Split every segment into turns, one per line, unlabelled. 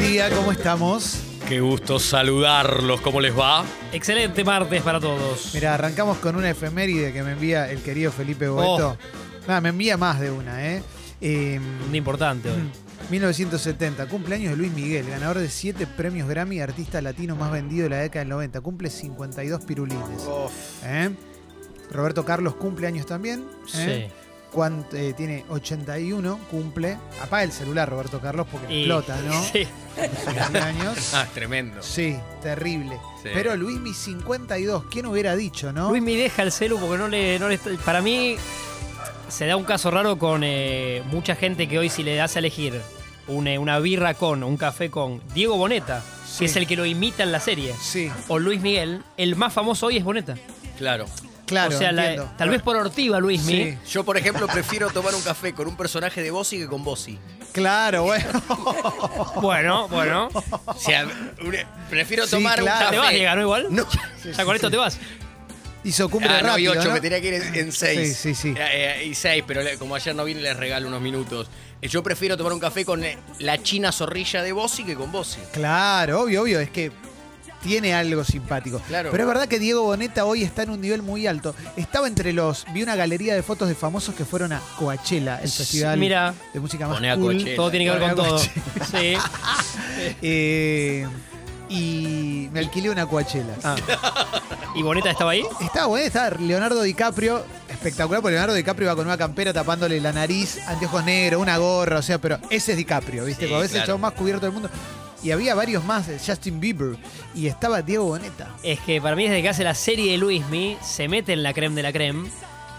día, ¿cómo estamos?
Qué gusto saludarlos, ¿cómo les va?
Excelente martes para todos.
Mira, arrancamos con una efeméride que me envía el querido Felipe Boeto.
Oh.
Nada, me envía más de una, ¿eh? Eh,
Un importante hoy.
Mm. 1970, cumpleaños de Luis Miguel, ganador de 7 premios Grammy, artista latino más vendido de la década del 90. Cumple 52 pirulines. ¿eh? Roberto Carlos cumple años también. ¿eh? Cuan- eh, tiene 81, cumple. Apaga el celular, Roberto Carlos, porque
Y-
explota, ¿no?
Sí.
Cumpleaños.
Ah, tremendo.
Sí, terrible.
Sí.
Pero Luismi 52, ¿quién hubiera dicho, no?
Luis me deja el celu porque no le, no le está- Para mí se da un caso raro con eh, mucha gente que hoy si le das a elegir una, una birra con, un café con Diego Boneta,
Sí.
que es el que lo imita en la serie,
Sí,
o Luis Miguel, el más famoso hoy es Boneta.
Claro.
claro,
o sea, la-
entiendo.
tal vez por Ortiva, Luis
Sí.
Yo, por ejemplo, prefiero tomar un café con un personaje de Bossi que con Bossi.
Claro, bueno.
Bueno, bueno.
O sea, un- prefiero
Sí,
tomar
claro.
¿Te
un
vas,
café.
Diego, no igual?
No.
Ya con esto te vas.
Hizo cumbre
Ah, no, y
rápido,
ocho,
¿no?
me tenía que ir en- en seis.
Sí, sí, sí.
Eh, eh, y seis, pero le- como ayer no vine, les regalo unos minutos. Eh, Yo prefiero tomar un café con eh, la china zorrilla de Bossi que con Bossi.
Claro, obvio, obvio, es que tiene algo simpático.
Claro.
Pero es verdad que Diego Boneta hoy está en un nivel muy alto. Estaba entre los, vi una galería de fotos de famosos que fueron a Coachella, el festival
Mira,
de música más
Poné a
cool.
Coachella.
todo tiene que ver con
Bueno,
todo. Sí.
Eh, y me alquilé una Coachella.
Ah. ¿Y Boneta estaba ahí?
Estaba bueno, estaba Leonardo DiCaprio, espectacular, porque Leonardo DiCaprio iba con una campera tapándole la nariz, anteojos negros, una gorra, o sea, pero ese es DiCaprio, ¿viste?
Sí,
Porque a veces el
claro.
chabón más cubierto del mundo. Y había varios más, eh, Justin Bieber, y estaba Diego Boneta.
Es que para mí desde que hace la serie de Luismi, se mete en la creme de la creme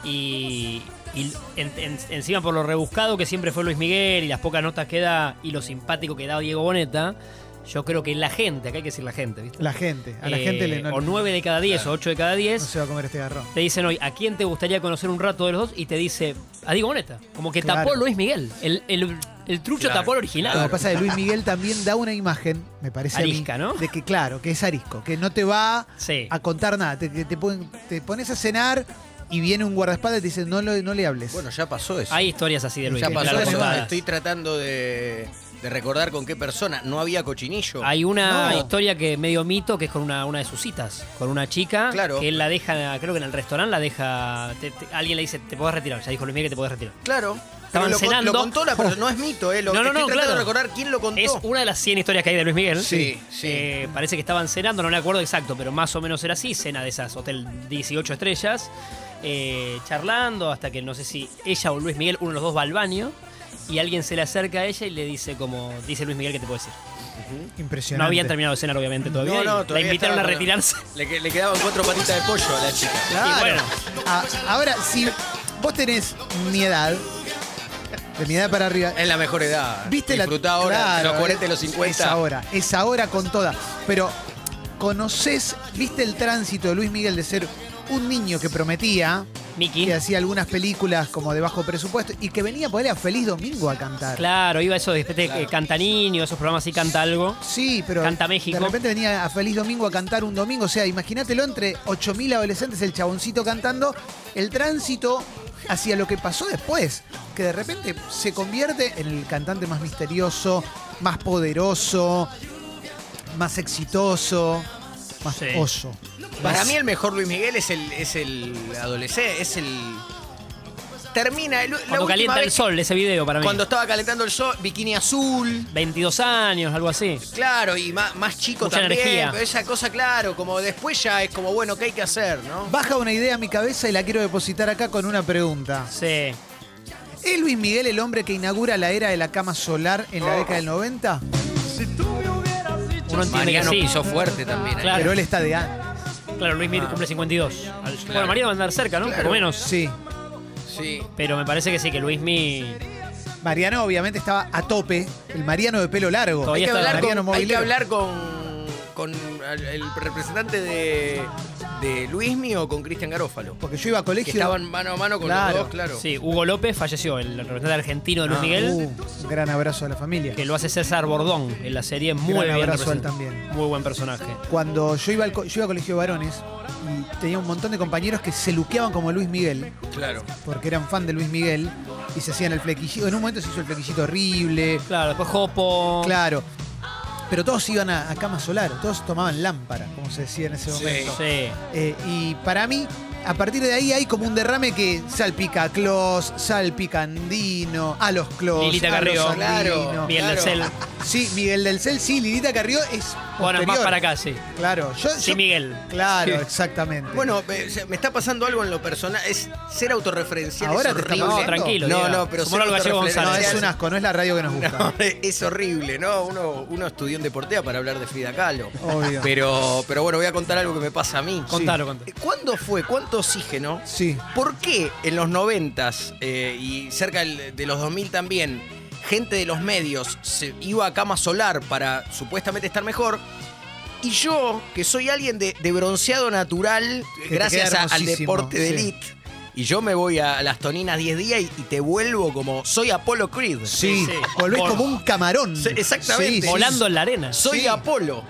y, y en- en- encima por lo rebuscado que siempre fue Luis Miguel y las pocas notas que da y lo simpático que da Diego Boneta, yo creo que la gente, acá hay que decir la gente, ¿viste?
La gente, a la
Eh,
gente le no,
O nueve de cada diez, o ocho de cada
no
diez,
se va a comer este garrón.
te dicen hoy, ¿a quién te gustaría conocer un rato de los dos? Y te dice, a Diego Boneta. Como que
Claro.
tapó a Luis Miguel. El, el- el trucho
Claro.
tapó al
Lo
original.
que pasa es que Luis Miguel también da una imagen, me parece a mí,
Arisca, ¿no?
de que claro, que es arisco, que no te va
Sí.
a contar nada, te, te- te ponen- te pones a cenar y viene un guardaespaldas y te dice no, lo- no le hables.
Bueno, ya pasó eso.
Hay historias así de Luis
ya
Miguel,
pasó
claro,
eso.
contadas.
Estoy tratando de, de recordar con qué persona. No había cochinillo.
Hay una
No.
historia que medio mito que es con una, una de sus citas, con una chica
Claro.
que él la deja, creo que en el restaurante la deja, te- te- alguien le dice, te podés retirar, ya dijo Luis Miguel que te podés retirar.
Claro.
Estaban
Pero lo, con-
cenando.
lo contó la persona. No es mito, ¿eh? Lo,
No, no,
estoy
no,
tratando
claro.
de recordar quién lo contó.
Es una de las 100 historias que hay de Luis Miguel.
Sí, sí.
Eh, parece que estaban cenando, no me acuerdo exacto, pero más o menos era así, cena de esas, hotel 18 estrellas, eh, charlando hasta que no sé si ella o Luis Miguel, uno de los dos va al baño. Y alguien se le acerca a ella y le dice como, dice Luis Miguel que te puedo decir. No
Impresionante.
habían terminado de cenar obviamente
No,
todavía.
no,
y
todavía
la invitaron a
estaba-
retirarse.
Le, que- le quedaban cuatro patitas de pollo a la chica.
Claro.
Y bueno.
Ah, ahora, si vos tenés mi edad, de mi edad para arriba,
Es la mejor edad.
viste la.
Disfrutá ahora,
Claro,
los 40 y los
es-
50.
Es ahora, es ahora con toda. Pero, ¿conocés, viste el tránsito de Luis Miguel de ser un niño que prometía,
Miki.
que hacía algunas películas como de bajo presupuesto y que venía por a Feliz Domingo a cantar?
Claro, iba a eso, después de eh, Canta Niño, esos programas así canta algo.
Sí, pero
Canta México.
de repente venía a Feliz Domingo a cantar un domingo. O sea, imagínatelo entre 8.000 adolescentes, el chaboncito cantando, el tránsito hacia lo que pasó después, que de repente se convierte en el cantante más misterioso, más poderoso, más exitoso, más
Sí.
oso.
Para
Más-
mí el mejor Luis Miguel es el, es el adolescente, es el... Termina... el- la
Cuando
última
calienta
vez-
el sol, ese video para mí.
Cuando estaba calentando el sol, bikini azul.
22 años, algo así.
Claro, y más, más chico
Mucha
también.
energía.
pero Esa cosa, claro, como después ya es como, bueno, ¿qué hay que hacer, no?
Baja una idea a mi cabeza y la quiero depositar acá con una pregunta.
Sí.
¿Es Luis Miguel el hombre que inaugura la era de la cama solar en la década del 90?
Uno entiende que
Mariano
sí.
pisó fuerte también. ¿eh?
Claro,
Pero Ah. él está de antes.
claro, Luis Mir cumple 52. Al- Bueno, María va a andar cerca, ¿no? Por lo menos.
Sí.
Sí.
Pero me parece que sí, que Luis Mi.
Mariano obviamente estaba a tope, el Mariano de pelo largo.
Todavía
Hay que,
está
hablar
Mariano
con, hay que
Mobilero.
hablar con, con al- el representante de, de Luismi o con Cristian Garófalo.
Porque yo iba a
Que
colegio.
estaban mano a mano con
Claro.
los dos, claro.
Sí, Hugo López falleció, el representante argentino de Luis Miguel,
Uh, un gran abrazo a la familia.
que lo hace César Bordón en la serie. Muy
Gran
bien
abrazo a él
representado.
también.
Muy buen personaje.
Cuando yo iba al co- yo iba a colegio de varones y tenía un montón de compañeros que se luqueaban como Luis Miguel,
Claro.
porque eran fan de Luis Miguel y se hacían el flequillito. En un momento se hizo el flequillito horrible.
Claro, después Jopo.
Claro. Pero todos iban a, a cama solar, todos tomaban lámpara, como se decía en ese
Sí.
momento.
Sí.
Eh, y para mí, a partir de ahí hay como un derrame que salpica a Clos, salpica a Andino, a los Clos,
Lilita
a
Carrió,
los Andino.
claro.
Miguel del Cel.
Sí, Miguel del Cel, sí, Lilita Carrió es
Bueno, más
posterior.
para acá, sí.
Claro, yo,
Sí,
yo-
Miguel.
Claro,
Sí.
exactamente.
Bueno, me, se- me está pasando algo en lo personal. Es ser autorreferencial.
Ahora
es
te está
horrible.
pasando.
No, tranquilo.
No,
Diego.
no, pero
Somos
ser
los Gallego
autorreferencial.
no,
González.
es un asco, no es la radio que nos gusta.
No, es horrible, ¿no? Uno, uno estudió en deportiva para hablar de Frida Kahlo.
Obvio.
Pero, pero bueno, voy a contar algo que me pasa a mí.
Contalo, contalo.
¿Cuándo fue? ¿Cuánto oxígeno?
Sí.
¿Por qué en los 90 y cerca del- de los 2000 también, gente de los medios se iba a cama solar para supuestamente estar mejor? Y yo, que soy alguien de, de bronceado natural,
te
gracias
queda
a- al
hermosísimo,
deporte de
sí.
elite, y yo me voy a las toninas 10 días y, y te vuelvo como soy Apolo Creed.
Sí,
Sí, sí.
volvés
Por-
como un camarón.
Sí, exactamente.
Sí, sí,
Volando en la arena.
Soy
Sí.
Apolo.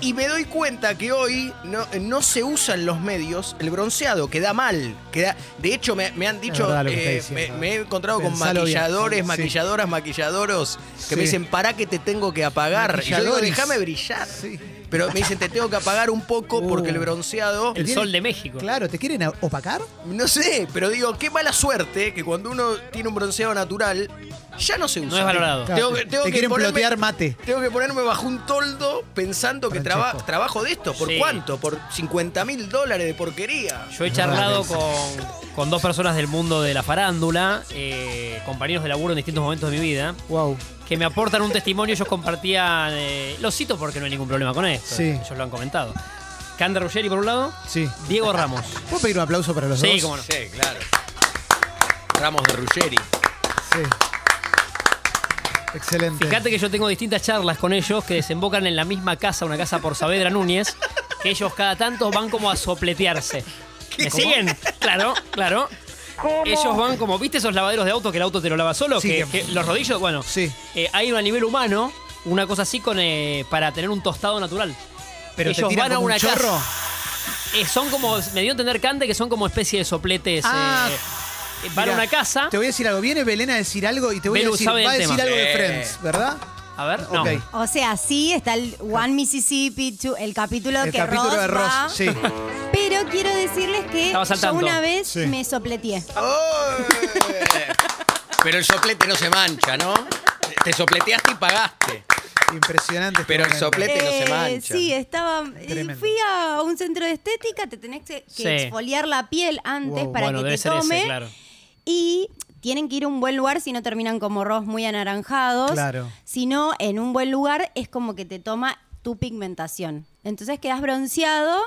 Y me doy cuenta que hoy no, no se usa en los medios el bronceado, queda mal. Queda, de hecho, me, me han dicho,
verdad lo que
eh,
está
me,
diciendo.
me he encontrado con
Pensalo bien.
maquilladores,
Sí.
maquilladoras, maquilladoros, que
Sí.
me dicen, pará que te tengo que apagar. Y yo digo,
Maquilladores.
déjame brillar.
Sí.
Pero me dicen, te tengo que apagar un poco
Uh.
porque el bronceado...
El
Tiene-
sol de México.
Claro, ¿te quieren a- opacar?
No sé, pero digo, qué mala suerte que cuando uno tiene un bronceado natural, ya no se usa.
No es valorado.
Tengo que- tengo
te
que
quieren
ponerme-
plotear mate.
Tengo que ponerme bajo un toldo pensando que traba-
Francesco.
trabajo de esto. ¿Por
Sí.
cuánto? Por 50 mil dólares de porquería.
Yo he charlado con, con dos personas del mundo de la farándula, eh, compañeros de laburo en distintos momentos de mi vida,
Wow.
que me aportan un testimonio. Ellos compartían. eh, lo cito porque no hay ningún problema con esto.
Sí.
Ellos lo han comentado. Cande Ruggeri, por un lado.
Sí.
Diego Ramos.
¿Puedo pedir un aplauso para los
Sí,
dos?
cómo no.
Sí, claro. Ramos de Ruggeri.
Sí. Excelente.
Fíjate que yo tengo distintas charlas con ellos que desembocan en la misma casa, una casa por Saavedra Núñez, que ellos cada tanto van como a sopletearse. ¿Me siguen? Claro, claro. Ellos van como, ¿viste esos lavaderos de auto que el auto te lo lava solo?
Sí,
que,
que-
que los rodillos, bueno,
Sí.
eh, hay a nivel humano, una cosa así con eh, para tener un tostado natural.
Pero te
ellos
tiran
van a
como un
una
chorro.
casa. Eh, son como, me dio a entender Cande que son como especie de sopletes.
Ah,
eh, van a
Mirá,
una casa.
Te voy a decir algo. Viene Belén a decir algo y te voy
Belu
a decir,
sabe
va a
del
decir
tema.
algo de
Sí.
Friends, ¿verdad?
A ver, no.
Ok.
O sea, sí, está el One Mississippi, two- el capítulo
Ah. El
que
capítulo
Ross
de Ross.
va,
Sí.
Pero quiero decirles que
Estaba
yo
saltando.
una vez
Sí. Este
me sopleteé.
Pero el soplete no se mancha, ¿no? Te sopleteaste y pagaste.
Impresionante. este
Pero el
momento.
soplete-
Eh,
Vete, no se mancha.
sí, estaba. eh,
Tremendo.
Fui a un centro de estética, te tenés que, que
Sí.
exfoliar la piel antes
Wow.
para
bueno,
que
debe
te
ser
tome.
ese, claro.
Y tienen que ir a un buen lugar si no terminan como Ross muy anaranjados.
Claro.
Si no, en un buen lugar es como que te toma tu pigmentación. Entonces quedas bronceado,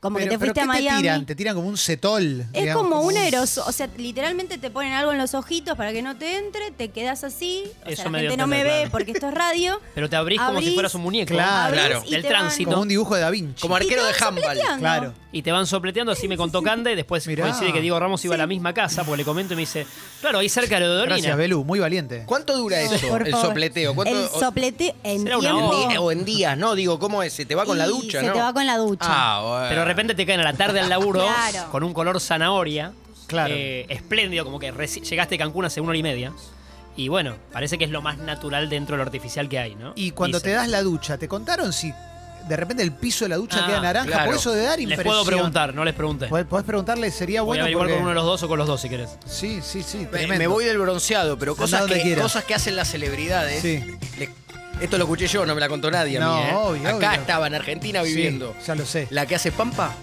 como
Pero-
que te
pero
fuiste a
¿qué
Miami.
Te tiran? te tiran como un cetol.
Es
digamos,
como un
un-
aerosol, o sea, literalmente te ponen algo en los ojitos para que no te entre, te quedas así, o sea,
Eso
la
me dio
gente no me
entender,
ve
claro.
porque esto es radio.
Pero te abrís, como si
Abrís,
fueras un muñeco.
Claro.
abrís
Claro.
y
Del
te van-
Como
tránsito.
un dibujo de Da Vinci.
Como
y te
arquero de
van
handball.
sopleteando.
Claro.
Y te van sopleteando, así me contó Cande. Después
Mirá.
coincide que Diego Ramos iba a la misma casa, porque le comento y me dice, claro, ahí cerca de Odorina.
Gracias, Belu. Muy valiente.
¿Cuánto dura
No,
eso?
por
El
favor.
sopleteo. ¿Cuánto,
El
o- eh,
soplete en
Será una
tiempo.
hora.
o, en días, ¿no? Digo, ¿cómo es? Se te va con la
Y
ducha,
se
¿no?
te va con la ducha.
Ah, bueno.
Pero de repente te caen a la tarde al laburo
Claro.
con un color zanahoria.
Claro.
eh, espléndido, como que reci- llegaste a Cancún hace una hora y media. Y bueno, parece que es lo más natural dentro de lo artificial que hay, ¿no?
Y cuando
Dicen.
te das la ducha, ¿te contaron si de repente el piso de la ducha
Ah,
queda naranja?
claro.
Por eso de dar
Les
impresión.
puedo preguntar, no les pregunté.
Podés podés preguntarle, sería
Voy a
bueno.
averiguar
porque-
con uno de los dos o con los dos si querés.
Sí, sí, sí.
Me-
tremendo.
Me voy del bronceado, pero
Andá
cosas
donde
que,
quieras.
cosas que hacen las celebridades.
Sí.
le- esto lo escuché yo, no me la contó nadie a
No,
mí. ¿eh?
obvio,
Acá
obvio.
estaba en Argentina
Sí,
viviendo.
ya lo sé.
La que hace Pampa.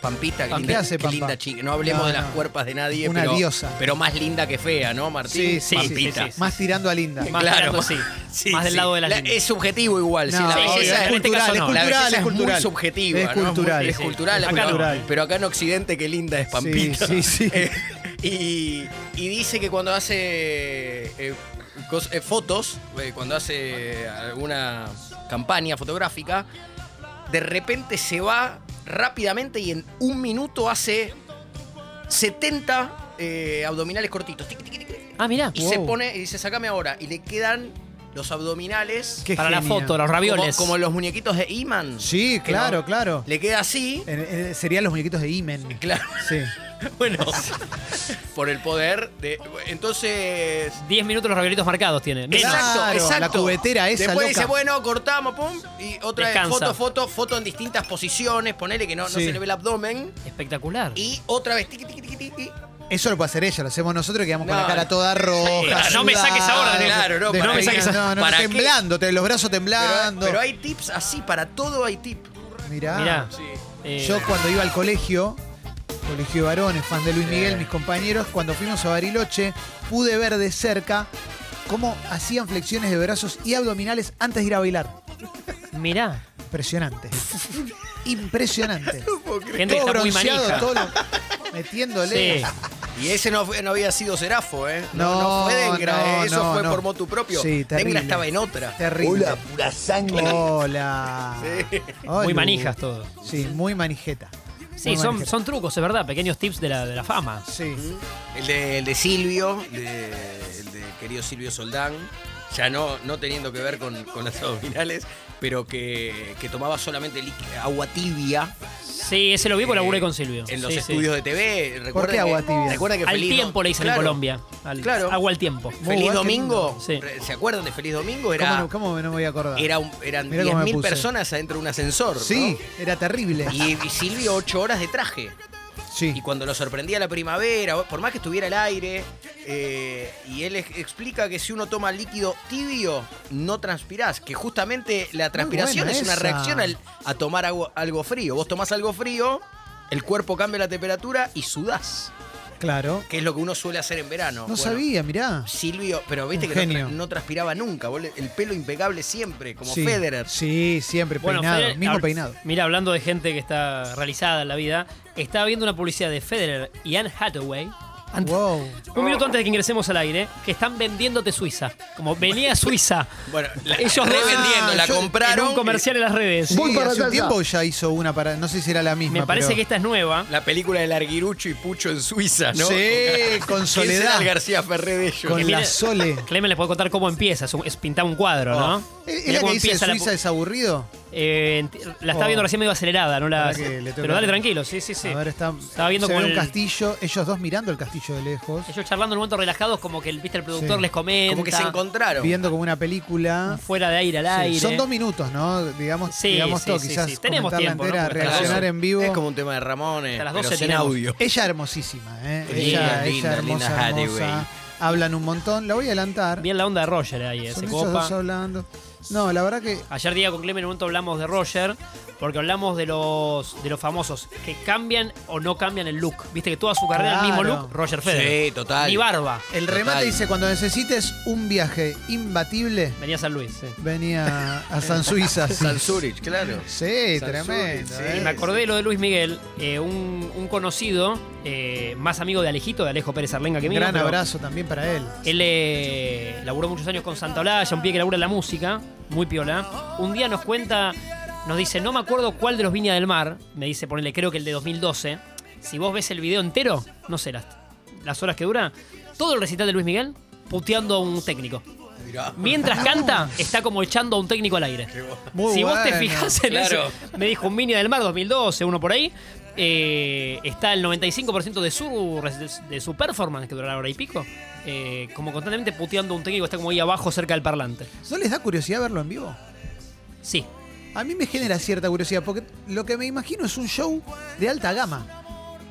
Pampita, qué,
Pampa. ¿Qué
linda,
hace
qué
Pampa?
linda chica. No hablemos
No,
de las
no.
cuerpas de nadie,
Una
pero,
diosa.
pero más linda que fea, ¿no,
Sí,
Martín?
sí,
Pampita.
sí, sí, sí.
Más tirando a linda.
Más tirando, sí. Más del lado de las lindas.
Es subjetivo igual. sí,
No,
la
obvio,
belleza
es
es,
cultural,
la
es
belleza
cultural, es
es
cultural.
muy subjetiva.
Es
¿no? muy-
cultural.
es
Sí,
cultural,
acá
pero,
cultural.
pero acá en Occidente qué linda es Pampita.
Sí, sí, sí.
Eh, y, y dice que cuando hace eh, cos- eh, fotos, eh, cuando hace alguna campaña fotográfica, de repente se va rápidamente y en un minuto hace 70 eh, abdominales cortitos. Tic, tic, tic, tic.
Ah, mirá.
Y se pone y dice, sacame ahora. Y le quedan los abdominales
Qué
Para la
genia.
foto, los
como,
ravioles.
como los muñequitos de Iman.
Sí, claro, claro.
Le queda así.
En- en- serían los muñequitos de Imen.
Claro.
Sí.
Bueno, por el poder de. Entonces.
10 minutos los raquelitos marcados tiene. Menos.
Exacto,
Claro,
exacto.
la cubetera esa
Después
loca.
dice, bueno, cortamos, pum, y otra vez
Descansa.
foto, foto, foto en distintas posiciones, ponele que no, no
Sí.
se le ve el abdomen.
Espectacular.
Y otra vez, tiqui, tiqui, tiqui, tiqui.
Eso lo puede hacer ella, lo hacemos nosotros que quedamos con
No,
la cara toda roja.
no me
sudada,
saques ahora,
claro, no,
despeinada,
para qué,
no, no,
para qué.
temblando, te- los brazos
Pero,
temblando.
pero hay tips así, para todo hay tip.
Mirá.
Mirá.
Sí.
Eh,
Yo cuando iba al colegio, colegio de varones, fan de Luis Miguel, mis compañeros, cuando fuimos a Bariloche, pude ver de cerca cómo hacían flexiones de brazos y abdominales antes de ir a bailar.
Mirá.
Impresionante. Impresionante.
Gente que
todo
está muy
bronceado,
manija.
todo lo- metiéndole.
Sí.
Y ese no, fue- no había sido Serafo, ¿eh?
No,
fue Dengra,
no,
¿eh? eso
no,
fue
no.
por motu propio.
Sí, terrible.
Dengra estaba en otra.
Terrible.
Hola, pura sangre.
Hola.
Muy
Hola.
manijas todo.
Sí, muy manijeta.
Sí,
Muy
son,
manijeta.
son trucos, es verdad. Pequeños tips de la, de la fama.
Sí.
El de, el de Silvio, el de, el de querido Silvio Soldán, ya no, no teniendo que ver con, con las abdominales, pero que, que tomaba solamente líqui- agua tibia
Sí, ese lo vi porque laburé
eh,
con Silvio.
en los
Sí, sí.
estudios de TV. Recuerden
qué agua
que-
tibia?
recuerden que
Al
Feliz Do-
tiempo le dicen
Claro.
en Colombia. Al,
Claro.
Agua al tiempo.
Muy
Feliz
guay, qué
Domingo,
lindo.
Sí.
re- ¿se acuerdan de Feliz Domingo? Era,
¿Cómo, no- cómo no me voy a acordar?
ah, era un- eran
Mirá cómo me
10.000
puse.
personas adentro de un ascensor.
Sí,
¿no?
era terrible.
Y, y Silvio, ocho horas de traje. Y
Sí.
cuando lo sorprendía la primavera, por más que estuviera al aire, eh, y él ex- explica que si uno toma líquido tibio, no transpirás. Que justamente la transpiración
buena
es una
esa.
reacción al- a tomar algo, algo frío. Vos tomás algo frío, el cuerpo cambia la temperatura y sudás.
Claro.
Que es lo que uno suele hacer en verano.
No
Bueno,
sabía, mirá.
Silvio, pero viste
Un
que no, tra-
genio.
no transpiraba nunca. vos le- El pelo impecable siempre, como
sí.
Federer.
Sí, siempre peinado,
Federer-
mismo
ahora,
peinado.
Mira, hablando de gente que está realizada en la vida, estaba viendo una publicidad de Federer y Anne Hathaway. ante-
Wow.
Un minuto antes de que ingresemos al aire, que están vendiéndote Suiza. Como venía a Suiza.
Bueno, la,
Ellos
revendiendo,
Ah,
la
yo-
Era
compraron.
un comercial en las redes.
Sí,
Voy para
hace un
allá.
tiempo ya hizo una para. No sé si era la misma.
Me parece
pero-
que esta es nueva.
La película del Arguirucho y Pucho en Suiza, ¿no?
Sí, con
¿Quién será
Soledad.
el García Ferré de ellos.
Con
Que
la
tiene-
Sole.
Clemen les puedo contar cómo empieza. Es, un- es pintar un cuadro, ¿no?
Oh. ¿Es
Mirá
la
cómo
que dice
empieza la
Suiza
pu-
es aburrido?
Eh, enti- la está
Oh.
viendo recién medio acelerada, no la.
Ahora que le tengo
Pero dale
que-
tranquilo, sí, sí, sí.
A ver, está,
Estaba viendo
se ve
como
un
el-
castillo, ellos dos mirando el castillo de lejos,
Ellos charlando en un momento relajados, como que el, viste, el productor
Sí.
les comenta.
Como que se encontraron.
viendo como una película.
Fuera de aire al
Sí,
aire.
Son dos minutos, ¿no? Digamos,
Sí,
digamos
sí,
todo,
sí,
quizás
sí. Tenemos
comentarla
tiempo,
entera,
¿no? Porque
Claro.
reaccionar en vivo.
Es como un tema de Ramones.
Hasta las
pero
12
sin
tenemos.
audio.
Ella hermosísima, ¿eh?
Linda,
ella,
linda,
ella hermosa,
linda Hathaway.
hermosa. Hablan un montón, la voy a adelantar.
Bien la onda de Roger ahí,
Son
ese
ellos dos
copa.
hablando. No, la verdad que
Ayer día con Clemen en un momento hablamos de Roger, porque hablamos de los de los famosos que cambian o no cambian el look. Viste que toda su carrera el mismo
Claro.
look, Roger Federer.
Sí, total.
Ni barba.
el remate
Total.
dice, cuando necesites un viaje imbatible,
Venía a San Luis, sí.
venía a San Suiza. sí.
San Zurich, claro.
Sí,
San
tremendo.
Zurich, sí.
¿eh?
Y me acordé de lo de Luis Miguel, eh, un, un conocido, eh, más amigo de Alejito, de Alejo Pérez Arlenga que mío.
Gran
pero
abrazo también para él.
Él eh, laburó muchos años con Santa Olalla, un pie que labura en la música, muy piola. Un día nos cuenta, nos dice, no me acuerdo cuál de los Viña del Mar, me dice, ponele, creo que el de 2012. Si vos ves el video entero, no sé, las, las horas que dura, todo el recital de Luis Miguel puteando a un técnico.
Mirá.
Mientras canta, está como echando a un técnico al aire.
Muy
si vos te
bueno.
fijás en
Claro.
eso, me dijo un Mini del Mar 2012, uno por ahí, eh, está el 95% de su, res- de su performance, que durará hora y pico, eh, como constantemente puteando a un técnico, está como ahí abajo cerca del parlante.
¿No les da curiosidad verlo en vivo?
Sí.
A mí me genera cierta curiosidad, porque lo que me imagino es un show de alta gama.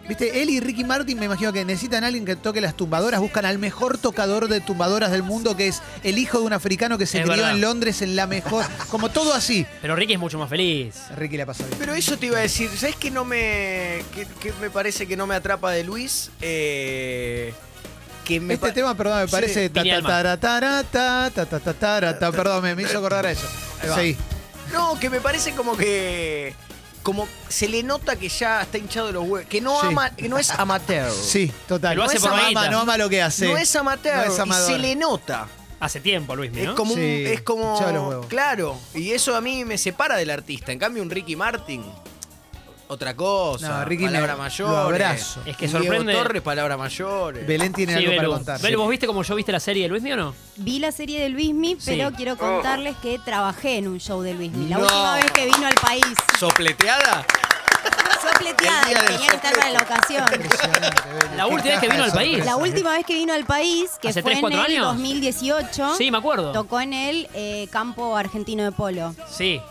Viste, él y Ricky Martin me imagino que necesitan a alguien que toque las tumbadoras, buscan al mejor tocador de tumbadoras del mundo, que es el hijo de un africano que se
Es
crió
verdad.
en Londres en la mejor. Como todo así.
Pero Ricky es mucho más feliz.
Ricky la pasó bien.
Pero eso te iba a decir, ¿sabes qué no me. que, que me parece que no me atrapa de Luis? Eh, que me
Este
pa-
tema, perdón, me
Sí.
parece. ta,
Viña
ta,
del Mar.
tara, tara, ta, ta, ta, ta, tara, ta. Perdón, me, me hizo acordar a eso.
Ahí va.
Sí.
No, que me parece como que. Como se le nota que ya está hinchado de los huevos. Que no
Sí.
ama, que no es amateur.
Sí, total.
Lo hace
no
por
ama,
vaguita.
no ama lo que hace.
No es amateur.
No es
y
amador.
se le nota.
Hace tiempo, Luis,
Es
¿no?
como un-
Sí,
es como
hinchado los huevos.
claro, y eso a mí me separa del artista. En cambio un Ricky Martin otra cosa,
No, Ricky
palabra
me-
mayor.
lo abrazo.
Es que sorprende-
Diego Torres, palabra mayor.
Belén tiene
Sí,
algo para
Belu.
contar.
Belu, ¿vos viste como yo viste la serie de Luis o no?
Vi la serie de Luismi, pero
Sí.
quiero contarles que trabajé en un show de Luismi. La
Oh. No.
última vez que vino al país.
¿Sopleteada?
Fue fleteada,
El día del
tenía que estar para la ocasión.
Impresionante, Belu,
La
qué
última vez que
caja
vino
de
al país.
sorpresas,
La
¿eh?
última vez que vino al país, que
¿Hace
fue
tres,
en el
cuatro años?
2018,
Sí, me acuerdo.
tocó en el eh, campo argentino de polo.
Sí.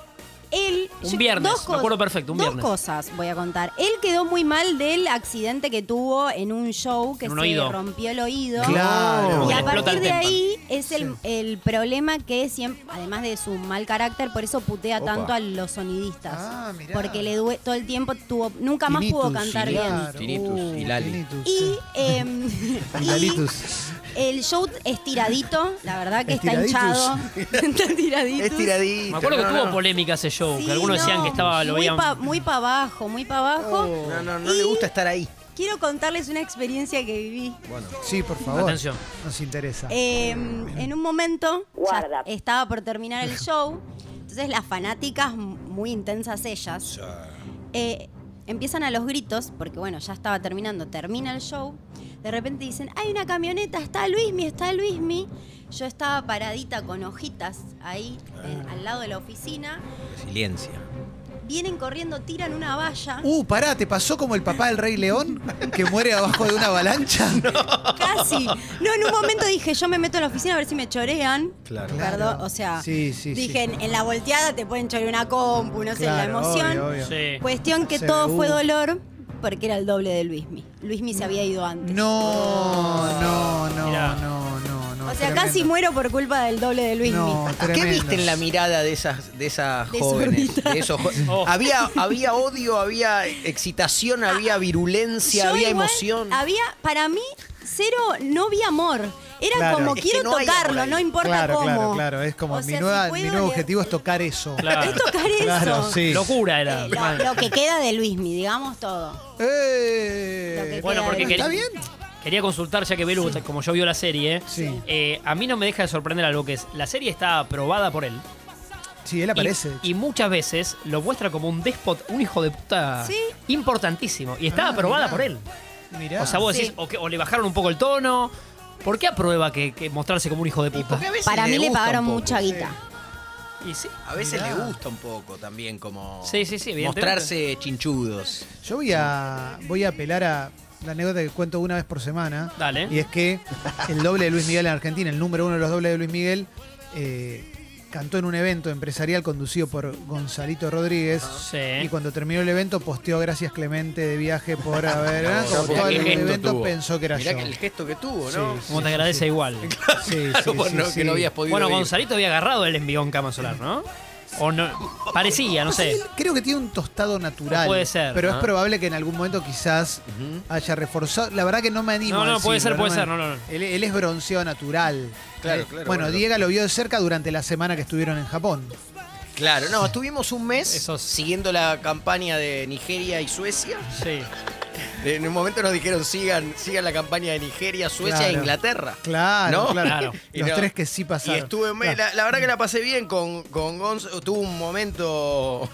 Él,
Un viernes, me
cos-
acuerdo perfecto, un
dos
viernes.
cosas voy a contar. Él quedó muy mal del accidente que tuvo en un show que
En un
se
oído.
rompió el oído.
Claro.
Y
Le
a
explota
partir
el
de
témpano.
ahí es el, el problema que siempre, además de su mal carácter, por eso putea
Opa.
tanto a los sonidistas.
Ah, mirá.
Porque le due- todo el tiempo tuvo, nunca más pudo
Tinnitus,
cantar bien.
claro.
Tinnitus,
Uh,
hilali.
tinnitus,
Y,
sí.
em, y
Hilalitus.
el show estiradito, la verdad que está
Estiraditus.
hinchado. está tiradito.
Es tiradito.
Me acuerdo que
no,
tuvo
no.
polémica ese show,
Sí,
que algunos
no,
decían que estaba, lo
muy
veían.
pa- muy para abajo, muy para abajo.
Oh.
No, no, no le gusta estar ahí.
Quiero contarles una experiencia que viví.
Bueno,
Sí, por favor.
Atención.
Nos interesa.
Eh, en un momento ya estaba por terminar el show, entonces las fanáticas, m- muy intensas ellas, eh, empiezan a los gritos, porque bueno, ya estaba terminando, termina el show, de repente dicen, hay una camioneta, está Luismi, está Luismi. Yo estaba paradita con hojitas ahí, eh, al lado de la oficina,
Resiliencia.
vienen corriendo, tiran una valla.
Uh, pará, ¿te pasó como el papá del Rey León? Que muere abajo de una avalancha.
Casi. No, en un momento dije, yo me meto en la oficina a ver si me chorean.
Claro.
Perdón, o sea,
Sí, sí,
dije,
sí.
En, en la volteada te pueden chorear una compu, no sé, la
Claro,
emoción.
obvio, obvio.
Sí.
Cuestión que
Se
todo
ve,
fue
uh.
dolor porque era el doble de Luismi. Luismi se había ido antes.
No, no, no,
Mirá.
no, no, no.
o sea,
tremendo.
casi muero por culpa del doble de Luismi.
No,
¿Qué
tremendo.
viste en la mirada de esas, de esas
De
jóvenes?
desorbitada.
De esos jo-
Oh.
había, había odio, había excitación, había virulencia,
Yo
había
igual
emoción.
Había, para mí, cero, no vi amor. Era
Claro.
como
Es
que
quiero
no hay amor
tocarlo,
ahí.
no importa
Claro,
cómo.
claro, claro. Es como
O sea,
mi, nueva-
si puedo
mi nuevo
le-
objetivo es tocar eso.
Claro.
Es tocar eso.
Claro, sí.
Locura era.
Eh, lo, lo que queda de Luismi, digamos todo.
Eh,
Lo que
Bueno, porque
Bueno,
¿Está
quería-
bien?
Quería consultar, ya que Belu, como yo vio la serie,
Sí.
eh, a mí no me deja de sorprender algo que es, la serie está aprobada por él.
Sí, él
y-
aparece.
Y, muchas veces lo muestra como un déspota, un hijo de puta
Sí.
importantísimo. Y está
Ah,
aprobada
mirá.
por él.
Mirá.
O sea, vos
Sí.
decís, o, que- o le bajaron un poco el tono. ¿Por qué aprueba que, que mostrarse como un hijo de puta?
Porque a veces
Para mí le
Pues gusta
pagaron
un poco.
mucha guita.
Y sí.
A veces
Mirá.
le gusta un poco también como
Sí, sí, sí, evidentemente.
mostrarse chinchudos.
Yo voy a, voy a apelar a la anécdota que cuento una vez por semana.
Dale.
Y es que el doble de Luis Miguel en Argentina, el número uno de los dobles de Luis Miguel, eh, cantó en un evento empresarial conducido por Gonzalito Rodríguez.
Sí.
Y cuando terminó el evento, posteó gracias Clemente de viaje por haber.
Mirá
Como
porque
todo
qué
el
gesto
evento
tuvo.
pensó que era
Mirá
yo.
que el gesto que tuvo, ¿no?
Sí,
Como te agradece igual.
Sí,
Claro,
sí,
vos
sí,
no-
sí.
que no habías podido
Bueno,
ir.
Gonzalito había agarrado el envión cama solar, ¿no? O no. Parecía, no sé.
Él Creo que tiene un tostado natural.
Puede ser,
Pero
¿no?
es probable que en algún momento quizás haya reforzado. La verdad que no me animo.
No,
a
no, puede ser,
decirlo,
puede
me-
ser, no, no, no.
Él, él es bronceado natural.
Claro,
Eh,
claro,
Bueno,
bueno,
Diego lo vio de cerca durante la semana que estuvieron en Japón.
Claro, no, estuvimos un mes
Esos-
siguiendo la campaña de Nigeria y Suecia.
Sí.
En un momento nos dijeron sigan, sigan la campaña de Nigeria, Suecia
Claro.
e Inglaterra.
Claro,
¿No?
claro.
Claro.
Y
Los
no.
tres que sí pasaron.
Y estuve, me-
Claro.
la, la verdad que la pasé bien con, con Gonzo. Tuvo un momento.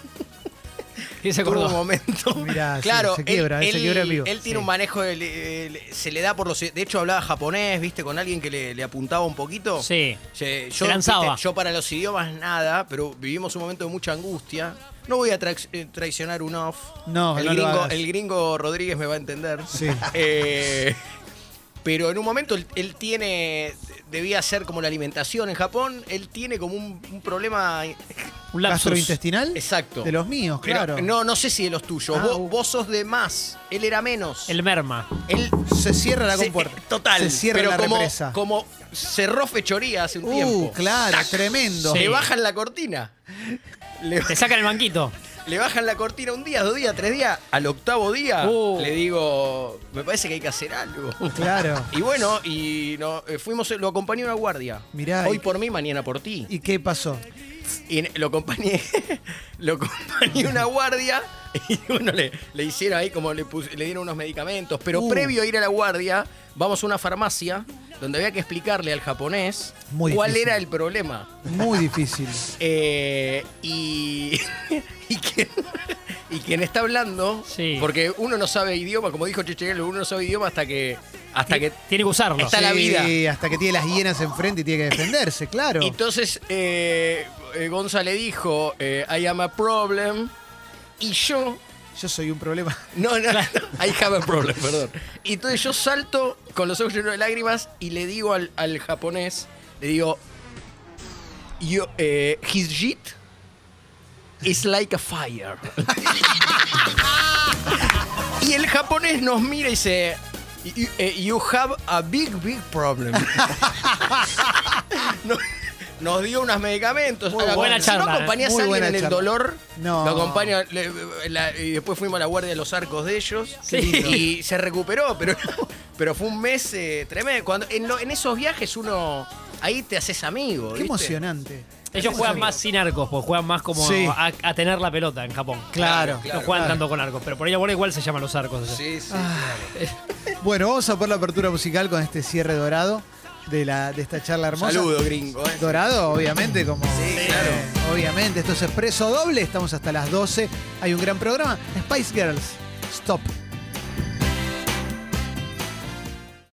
¿Quién se
Tuvo
acordó?
un momento.
Mirá, sí,
Este claro,
se quiebra,
él,
eh, se
él-
quiebra en vivo.
él tiene
Sí.
un manejo. del- el- se le da por los. De hecho, hablaba japonés, ¿viste? Con alguien que le, le apuntaba un poquito.
Sí.
Se-
Se lanzaba.
viste, yo para los idiomas nada, pero vivimos un momento de mucha angustia. No voy a trax- eh, traicionar un off.
No,
el
no lo
gringo,
hagas.
el gringo Rodríguez me va a entender.
Sí.
Eh, pero en un momento él, él tiene. Debía ser como la alimentación en Japón. Él tiene como un, un problema. eh,
Un lapsus.
¿Gastrointestinal?
Exacto.
De los míos,
Pero
claro.
No, no sé si de los tuyos.
Ah,
vos,
uh.
vos sos de más. Él era menos.
El merma.
él
Se cierra la
se-
compuerta.
total.
Se cierra
pero
la
como,
represa.
como cerró fechoría hace un
Uh,
tiempo.
claro, tremendo.
Sí.
Le bajan la cortina. Le,
Te sacan el banquito.
le bajan la cortina un día, dos días, tres días. Al octavo día
Uh.
le digo, me parece que hay que hacer algo.
Uh. Claro.
Y bueno, y no, eh, fuimos, lo acompañé a una guardia.
Mirá,
Hoy
y-
por mí, mañana por ti.
¿Y qué pasó?
Y en- lo acompañé, lo acompañé una guardia y bueno, le, le hicieron ahí como le, pus- le dieron unos medicamentos. Pero
Uh.
previo a ir a la guardia, vamos a una farmacia donde había que explicarle al japonés
Muy
cuál
difícil.
era el problema.
Muy difícil.
Eh, y, y, quien, y quien está hablando,
Sí.
porque uno no sabe idioma, como dijo Checheguel, uno no sabe idioma hasta que. Hasta que
Tiene que usarlo.
Está- la
Sí,
vida.
hasta que tiene las hienas enfrente y tiene que defenderse, claro.
Entonces, eh, eh, Gonza le dijo, eh, I am a problem. Y yo,
Yo soy un problema.
No, no, no. I have a problem, perdón. Y entonces yo salto con los ojos llenos de lágrimas y le digo al, al japonés, le digo, yo, eh, his shit is like a fire. y el japonés nos mira y dice, you, eh, you have a big, big problem. No- Nos dio unos medicamentos.
Muy buena
si
charla,
No
eh.
acompañás
Muy
a alguien
buena
en el
charla.
dolor.
No.
Lo acompaña. le- la- y después fuimos a la guardia de los arcos de ellos.
Sí.
Y se recuperó, pero, pero fue un mes eh, tremendo. Cuando, en, lo- en esos viajes uno. Ahí te haces amigo.
Qué
¿viste?
emocionante.
Ellos juegan más sin arcos, porque juegan más como
Sí.
a, a tener la pelota en Japón.
Claro,
No
claro,
juegan tanto con arcos, pero por ahí ahora igual se llaman los arcos. allá.
Sí, sí.
Ah, Bueno, vamos a por la apertura musical con este cierre dorado de, la, de esta charla hermosa.
Saludo, gringo. eh.
Dorado, obviamente, como.
Sí, claro.
Obviamente, esto es expreso doble. Estamos hasta las 12. Hay un gran programa. Spice Girls, stop.